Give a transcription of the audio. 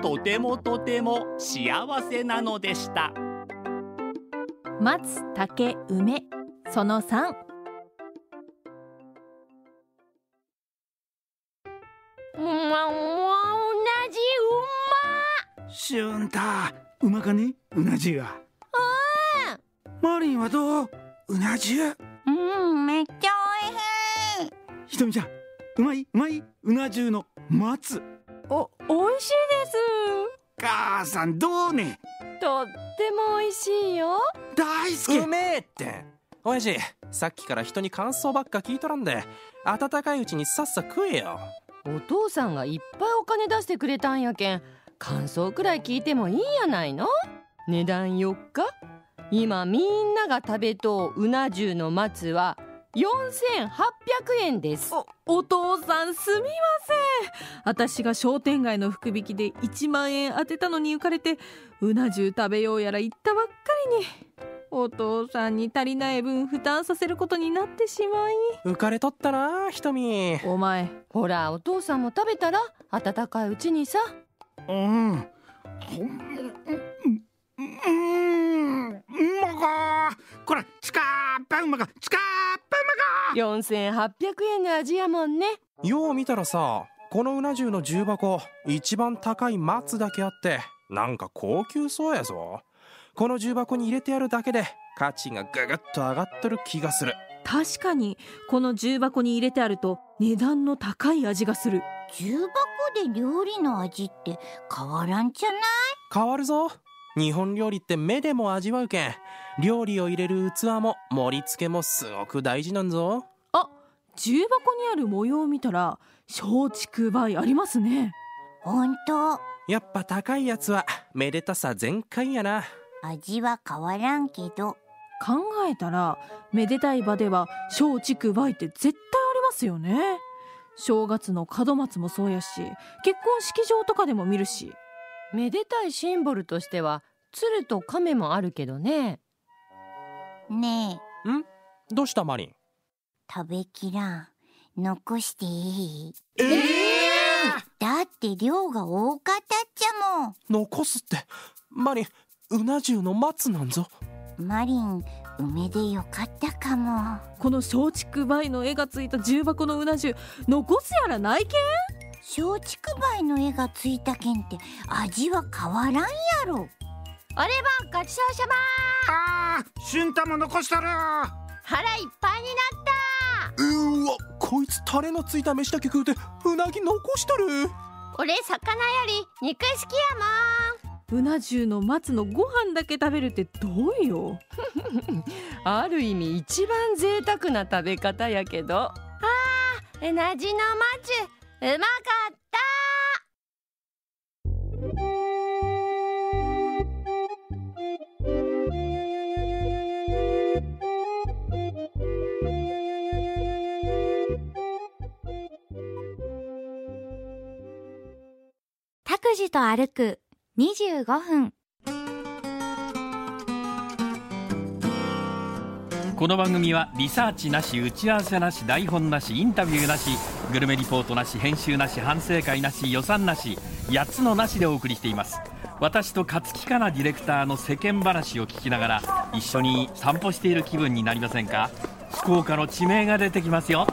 とてもとても幸せなのでした松竹梅その3もうもう同じシュンタうまかねうな重はマリンはどううな重うまうんめっちゃおいしいひとみちゃんうまいうまいうな重の松お、美味しいです。母さんどうねとっても美味しいよ。大好きうめえって親父さっきから人に感想ばっか聞いとらんで温かいうちにさっさ食えよお父さんがいっぱいお金出してくれたんやけん。感想くらい聞いてもいいんやないの値段4日今みんなが食べとううな重の松は4800円です。お父さんすみません私が商店街の福引きで1万円当てたのに浮かれてうな重食べようやら言ったばっかりにお父さんに足りない分負担させることになってしまい浮かれとったなひとみお前ほら、お父さんも食べたら温かいうちにさ。うんうんうんうまかこれちかっぱうまかちかっぱうまか4800円の味やもんね。よう見たらさこのうな重の重箱一番高い松だけあってなんか高級そうやぞこの重箱に入れてやるだけで価値がぐぐっと上がっとる気がする確かにこの重箱に入れてあると値段の高い味がする重箱で料理の味って変わらんじゃない変わるぞ日本料理って目でも味わうけん料理を入れる器も盛り付けもすごく大事なんぞ重箱にある模様を見たら松竹梅ありますねほんとやっぱ高いやつはめでたさ全開やな味は変わらんけど考えたらめでたい場では松竹梅って絶対ありますよね正月の門松もそうやし結婚式場とかでも見るしめでたいシンボルとしては鶴と亀もあるけどねねえどうしたマリン食べきらん残していいえだって量が多かったっちゃもん残すってマリンうな重の松なんぞマリン梅でよかったかもこの松竹梅の絵がついた重箱のうな重残すやらないけん松竹梅の絵がついたけんって味は変わらんやろあればごちそうさまあーシュンタも残したら腹いっぱいになったうわこいつタレのついた飯だけ食うてうなぎ残しとる俺魚より肉好きやもうな重の松のご飯だけ食べるってどうよある意味一番贅沢な食べ方やけどんうなじのマチュうまかった拓司と歩く25分この番組はリサーチなし打ち合わせなし台本なしインタビューなしグルメリポートなし編集なし反省会なし予算なし8つのなしでお送りしています私と勝木かなディレクターの世間話を聞きながら一緒に散歩している気分になりませんか福岡の地名が出てきますよ